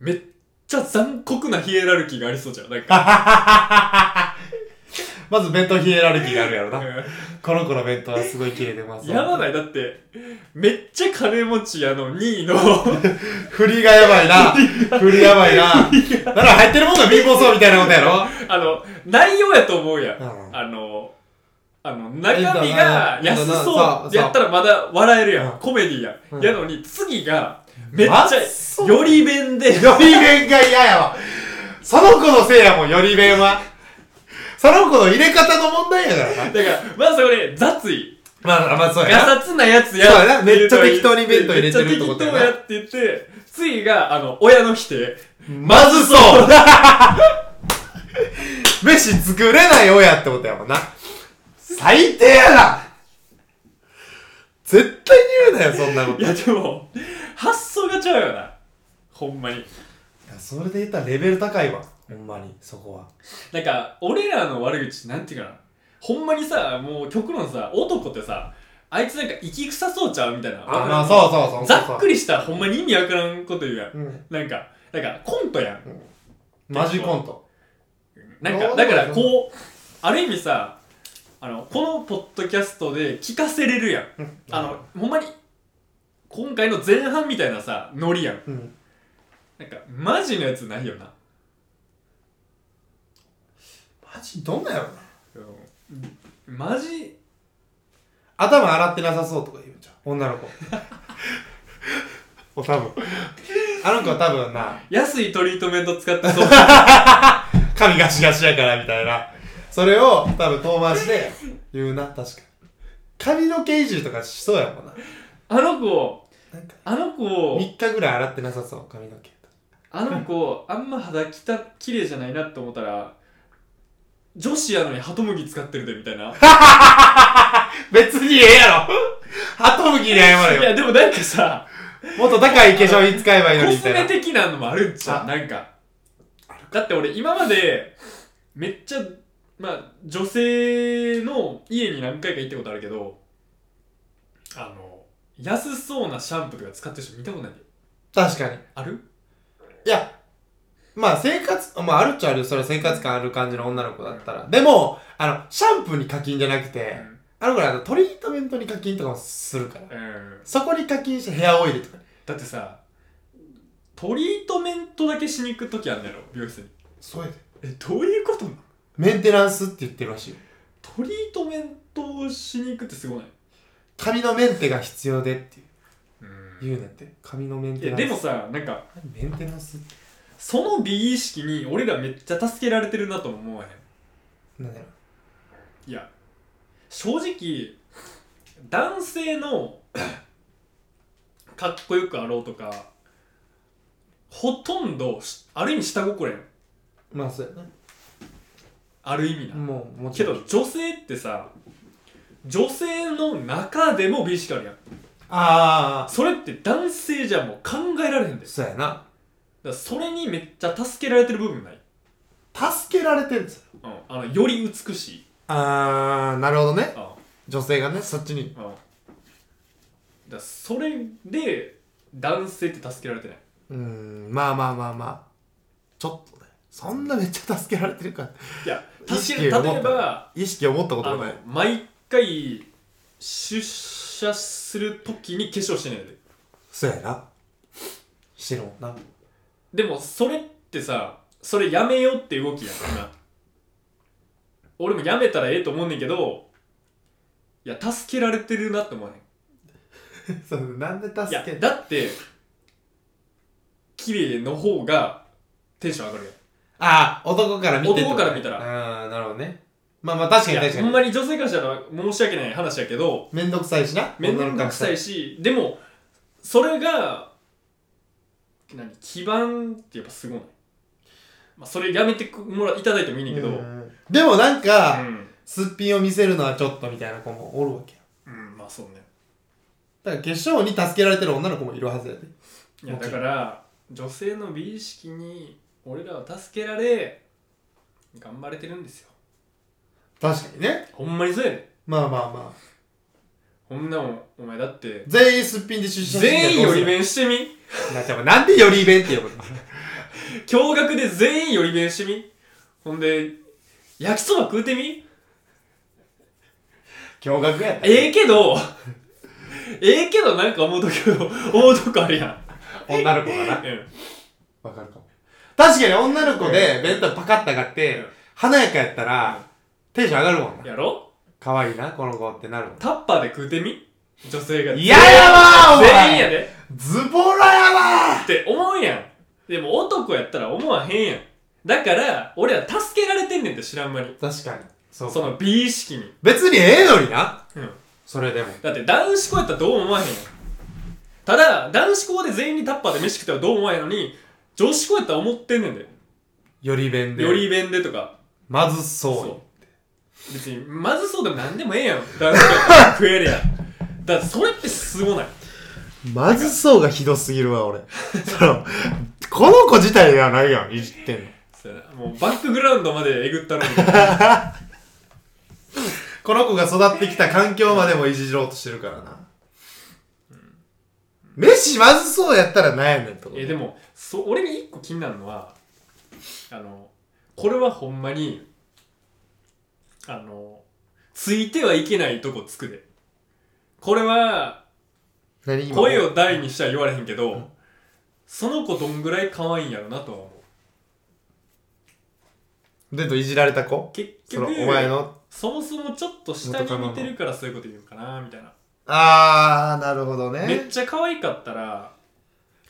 めっちゃ残酷なヒエラルキーがありそうじゃんなん か まず弁当ヒエラルキーがあるやろうな。んこの子の弁当はすごい綺麗でます。。やばないいだってめっちゃ金持ちやの2位の 振りがやばいな。振りやばいな。だから入ってるもんが貧乏そうみたいなことやろ。あの内容やと思うやんうんあのあの中身が安そうやったらまだ笑えるやうんんコメディやうんんやのに次がめっちまっゃそうより弁でより弁が嫌やわ。その子のせいやもん、より弁は。その子の入れ方の問題やからな。だからまあそれ雑いまあ、まあ、そうガ。サツなやつやそうやなめっちゃ適当に弁当入れてるってめこっとちゃ適当やなやって言って次があの親の否定まずそう飯作れない親ってことやもんな。最低やな絶対に言うなよ、そんなこと。いやでも発想がちゃうよなほんまにいやそれで言ったらレベル高いわほんまにそこはなんか俺らの悪口なんていうかなほんまにさもう極論さ男ってさあいつなんか生き臭そうちゃうみたいなあまあそうそうそうざっくり、りしたほんまに意味わからんこと言うやんうん、なんかなんかコントやんマジコントなんどうかでだもかいいらこうある意味さあのこのポッドキャストで聞かせれるやんあのほんまに今回の前半みたいなさノリやんうんなんかマジのやつないよな、マジどんなやろなうん、マジ頭洗ってなさそうとか言うんじゃん女 の子お多分あの子は多分な安いトリートメント使ってそう髪ガシガシやからみたいなそれを多分遠回しで言うな確かに髪の毛いじりとかしそうやもんなあの子なんかあの子3日ぐらい洗ってなさそう髪の毛あの子あんま肌きた綺麗じゃないなって思ったら女子やのにハトムギ使ってるでみたいな別にええやろ ハトムギに謝れよいやでもなんかさもっと高い化粧品使えばいいのコにみたスメいな。的なのもあるんちゃうなんかだって俺今までめっちゃまあ女性の家に何回か行ったことあるけどあの安そうなシャンプーとか使ってる人見たことない確かに。あるいや、まあ生活、まああるっちゃあるよそれは生活感ある感じの女の子だったら。でも、あの、シャンプーに課金じゃなくうて、ん、あの子らあのトリートメントに課金とかもするから。うん、そこに課金してヘアオイルとか。だってさトリートメントだけしに行く時あんだろ美容室にそうやで。えどういうことなのメンテナンスって言ってるらしいよ。トリートメントをしに行くってすごない髪のメンテが必要でっていう。うん言うなって髪のメンいテやナンスでもさなんかメンテナンスその美意識に俺らめっちゃ助けられてるなとも思わへんなんだろいや正直男性の かっこよくあろうとかほとんどしある意味下心やんうまあそうやねある意味な、もうもちけろんど女性ってさ女性の中でも美意識あるやんああそれって男性じゃもう考えられへんでだかそうやならそれにめっちゃ助けられてる部分ない、助けられてるんですようん、あのより美しい、あーなるほどねうん、女性がねそっちにうん、だからそれで男性って助けられてないうーんまあまあまあまあちょっとねそんなめっちゃ助けられてるかいや意確か識にを持っ例えば意識を持ったことあがのない毎回出社するときに化粧してないでそうやなしてるもんな でもそれってさそれやめようって動きやん今俺もやめたらええと思うねんけどいや助けられてるなって思わへんそうなんで助いやだって綺麗の方がテンション上がるああ男から見てってこと男から見たらああなるほどねまあまあ確かにやんい確やかにほんまに女性からしたら申し訳ない話やけどめんどくさいしな面倒くさいしでもそれが何基盤ってやっぱすごない、まあ、それやめてくもらいただいてもいいねんけどううん、んでもなんうか、んすっぴんを見せるのはちょっちょっとみたいな子もおるわけやまあそうねとだから化粧に助けられてる女の子もいるはずやでいやもちだろんから女性の美意識に俺らは助けられ頑張れてるんですよ確かにねほんまにそうやねまあまあまあんほんなもんお前だって全員すっぴんで出社して全員よりん弁してみなじゃあなんでより弁って呼ぶの驚愕で全員より弁してみほんで焼きそば食うてみ 驚愕やったええけど、 ええけどなんか思うとき、 思うとこあるやん。女の子がなうん。 わかるかも確かに女の子うでん弁当パカッと上がって華やかやったらテンション上がるもんなやろ可愛いなこの子ってなるもんタッパーで食うてみ女性が。嫌やわお前全員やでズボラやわって思うやん。でも男やったら思わへんやん。だから、俺ら助けられてんねんって知らん間に。確かにそうその美意識に。別にええのになうん。それでもだって男子校やったらどう思わへんやん。ただ、男子校で全員にタッパーで飯食ったらどう思わへんのに、女子校やったら思ってんねんで。より弁でより弁でとか。まずそそう別にまずそうでも何でもええや ん男子が食えるやんだからそれってすごないまずそうがひどすぎるわ俺そのこの子自体ではないやんいじってんのそうやなもうバックグラウンドまでえぐった のにこの子が育ってきた環境までもいじろうとしてるからな飯まずそうやったらなんやねんとえでもそ俺が一個気になるのはあのこれはほんまにあのついてはいけないとこつくでこれは何今声を大にしては言われへんけど、その子どんぐらい可愛いんやろなとは思でといじられた子う結そ局のお前のそもそもちょっと下に見てるからそういうこと言うんかなみたいなあーなるほどめっねちゃ可愛かったら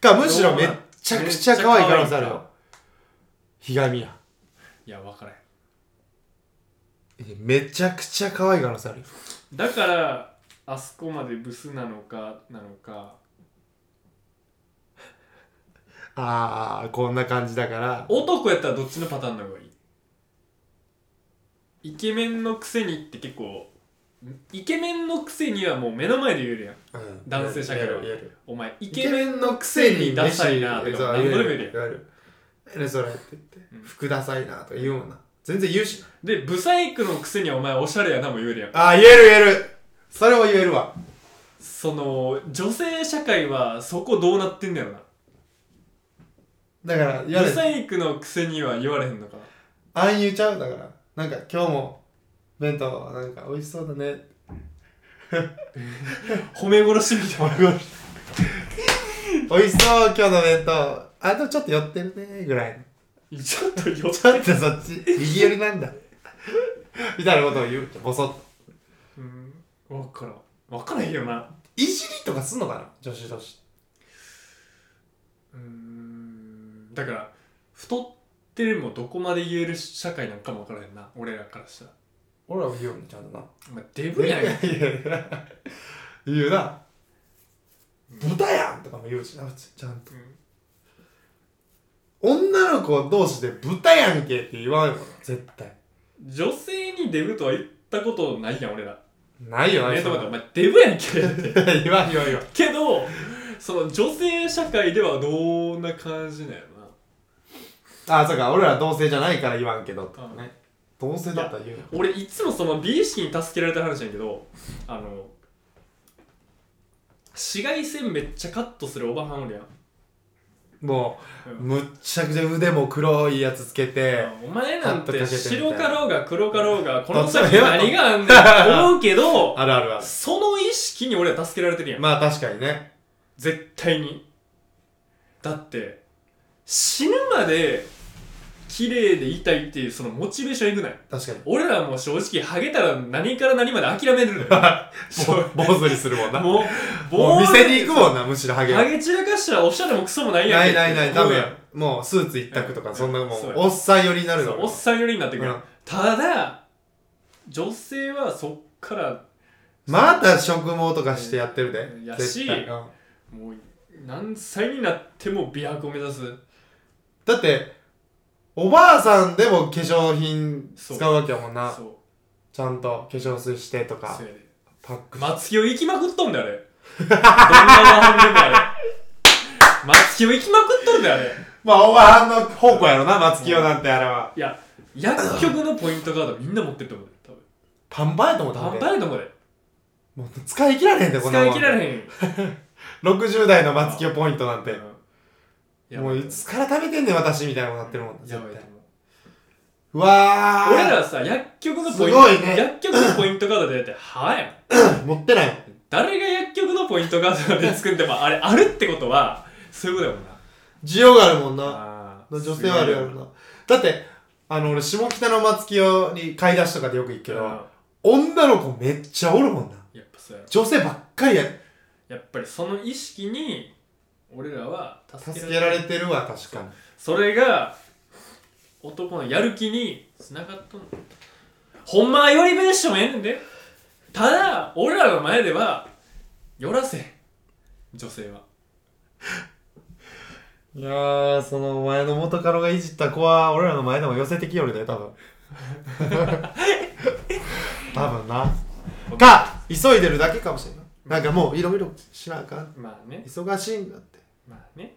かむしろめっちゃくちゃ可愛い可能性あめっちゃ可愛るいよひがみやいや分からへんえめちゃくちゃ可愛い可能性あるよだからあそこまでブスなのかなのかあーこんな感じだから男やったらどっちのパターンの方がいいイケメンのくせにって結構イケメンのくせにはもう目の前で言えるやんうん男性社会は言えるお前イイケメンのくせにダサいなとか何度でも言えるやん言える何それって言ってうん服ダサいなとか言うもんな全然言うしなでブサイクのくせにはお前おしゃれやなも言えるやんあー言える言えるそれは言えるわその女性社会はそこどうなってんだよなだから言わブれサイクのくせには言われへんのかな暗誘ちゃうだからなんか今日も弁当なんか美味しそうだね褒め殺しみたいな美味しそう今日の弁当あでもちょっと寄ってるねぐらいのちょっとよちょっとそっち右寄りなんだみたいなことを言うボソッとうん分からん分からへんよないじりとかすんのかな女子同士うーんだから太ってるもどこまで言える社会なんかも分からへんな俺らからしたら、俺らは言うよねちゃんとなまあ、デブやん、いやいや言うな豚やんとかも言うしな普通にちゃんとう女の子同士で豚やんけって言わんよ絶対ん女性にデブとは言ったことないやん俺らないよなえそとんかなお前デブやんけって 言わん言わん言わんけどその女性社会ではどんな感じなんやろなあそうか俺ら同性じゃないから言わんけどとかうね同性だったら言うの俺いつもその美意識に助けられた話やけどあの紫外線めっちゃカットするおばはんおるやん、もううんむっちゃくちゃ腕も黒いやつつけてお前なんカッてトかけてみたいな白かろうが黒かろうがこのどっちも先平和何があんねんって思うけどあるあるあその意識に俺は助けられてるやるん、まあ確かにね絶対にだって死ぬまで綺麗でいたいっていうそのモチベーションいくない確かに俺らはもう正直ハゲたら何から何まで諦める のよぼ坊主にするもんなももう、う店に行ん。くもんなむしろハゲはハゲ散らかしたらおしゃれもクソもないやんなけいないない多思うや分んもうスーツ一択とかそんなもそうやうおっさん寄りになるそのうおっさん寄りになってくる、うんただ女性はそっからまた植毛とかしてやってるでうんやし絶対うんもう何歳になっても美白を目指すだっておばあさんでも化粧品使うわけやもんなそうちゃんと化粧水してとかそうやでパックまつきを行きまくっとんだよあれどんなワンでもあれまつきを行きまくっとんだよあれまあおばあんの方向やろな松清なんてあれはいや薬局のポイントカードみんな持ってると思うで多分パンパンやと思ったパもんンねパンやと思うでもう使い切られへんでこんな使もいん切られへんよ60代の松清ポイントなんてうんもういつから食べてんねん私みたいなことになってるもんや絶ばいと対思ううわー俺らさ薬局のポインすごいト、ね薬局のポイントカードでやってはぁやん持ってないもん誰が薬局のポイントカードで作ってもあれあるってことはそういうことやもんな需要があるもんなあ女性はあるやろなだってあの俺下北の松清に買い出しとかでよく行くけけど、ど女の子めっちゃおるもんなやっぱそうやろ女性ばっかりややっぱりその意識に俺らは助助けけらられれててるわ確かにそれが男のやる気につながっとんのほんまはより弁してもええねんでただ俺らの前ではよらせん女性はいやーそのお前の元カノがいじった子は俺らの前でも寄せてきよるで多分 多分なか急いでるだけかもしれんないなんかもういろいろしなあかんまあね忙しいんだってまあね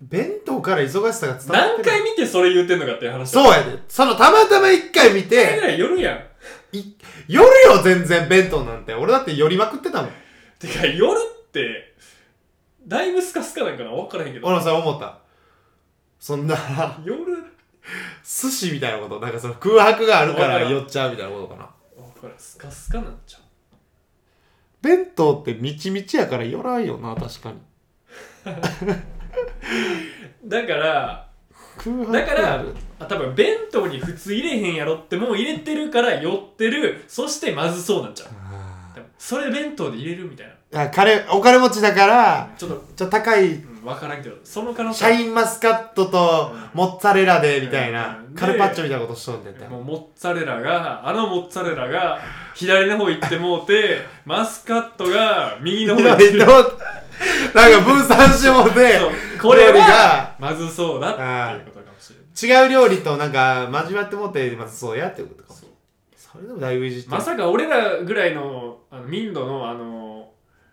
弁当から忙しさが伝わっ何てる回見てそれ言うてんのかっていう話そうやでそのたまたま一回見それぐてらい夜やん夜よ全然弁当なんて俺だって寄りまくってたもんてか夜ってだいぶスカスカなんかな分からへんけど俺もさ思ったそんな 夜寿司みたいなことなんかその空白があるかわかららん寄っちゃうみたいなことかな分からんスカスカなんちゃう弁当ってみちみちやから寄らんよな確かにだから空白だかあらるあ多分弁当に普通入れへんやろってもう入れてるから寄ってるそしてまずそうなんちゃうあ多分それ弁当で入れるみたいなーあ彼お金持ちだからちょっと、ちょっと高いうん、分からんけどその可能シ性ャインマスカットとモッツァレラでみたいなうんカルパッチョみたいなことしとんねんてもうモッツァレラがあのモッツァレラが左の方行ってもうてマスカットが右の方行 なっんかて分散してもうて そうこれ料理ががまずそうだっていうことかもしれない違う料理となんか交わってもうてまずそうやってことかそうそれでもだいぶいじってるまさか俺らぐらいのあの民度のあの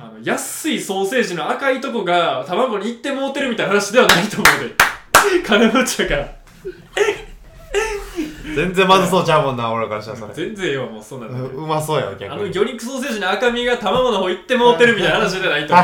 あの安いソーセージの赤いとこが卵に行ってもうてるみたいな話ではないと思うで 金持ちだから全然まずそうちゃうもんな俺からしたらそれ全然よもうそんなうんのうまそうやわ逆あのに魚肉ソーセージの赤身が卵の方行ってもうてるみたいな話じゃないと思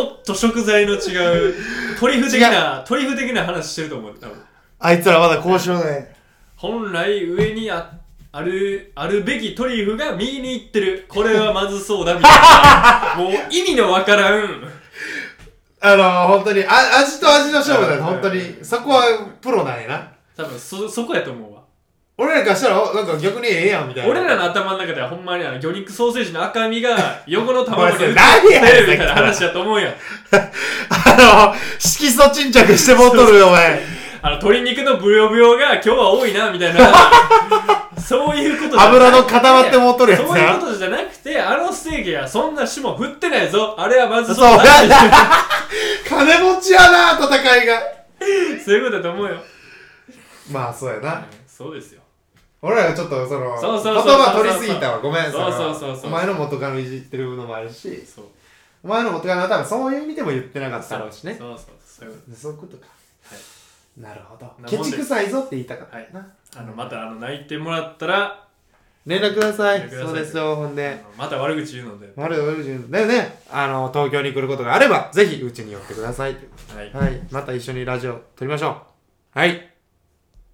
うもうもっと食材の違うトリュフ的なトリュフ的な話してると思う多分あいつらまだ交渉ない本来上にああるあるべきトリュフが右に行ってるこれはまずそうだみた いなもう意味のわからんあの本当にあ味と味の勝負だうんよ本当にそこはプロなんやな多分そそこやと思うわ俺らからしたら、おなんか逆にええやんみたいな。俺らの頭の中ではほんまにあの魚肉ソーセージの赤身が横の卵にお映っいそれ何やねんてるみたいな話だと思うやんあの、色素沈着してもうとるよ、お前。あの鶏肉のブヨブヨが今日は多いなみ たいなそういうことじゃなくて油の固まってもうとるやつそういうな。ことじゃなくてあのステーキはそんな種も振ってないぞあれはまずそうだってや金持ちやな、戦いが。 そういうことだと思うよまあ、そうやな。そうですよ俺らがちょっとそのそうそうそうそう言葉取りすぎたわごめんそうそうのそうそうお前の元カノいじってるのもあるしそうお前の元カノは多分そういう意味でも言ってなかったろうしねそうそうそういうこそういうことか、はなるほどなもんでケチくさいぞって言いたかったな、とあのまたあの泣いてもらったら連絡ください連絡くださいそうですよほんあでのまた悪口言うので悪い悪い順でねあの東京に来ることがあればぜひうちに寄ってくださいはいはいまた一緒にラジオ撮りましょうはい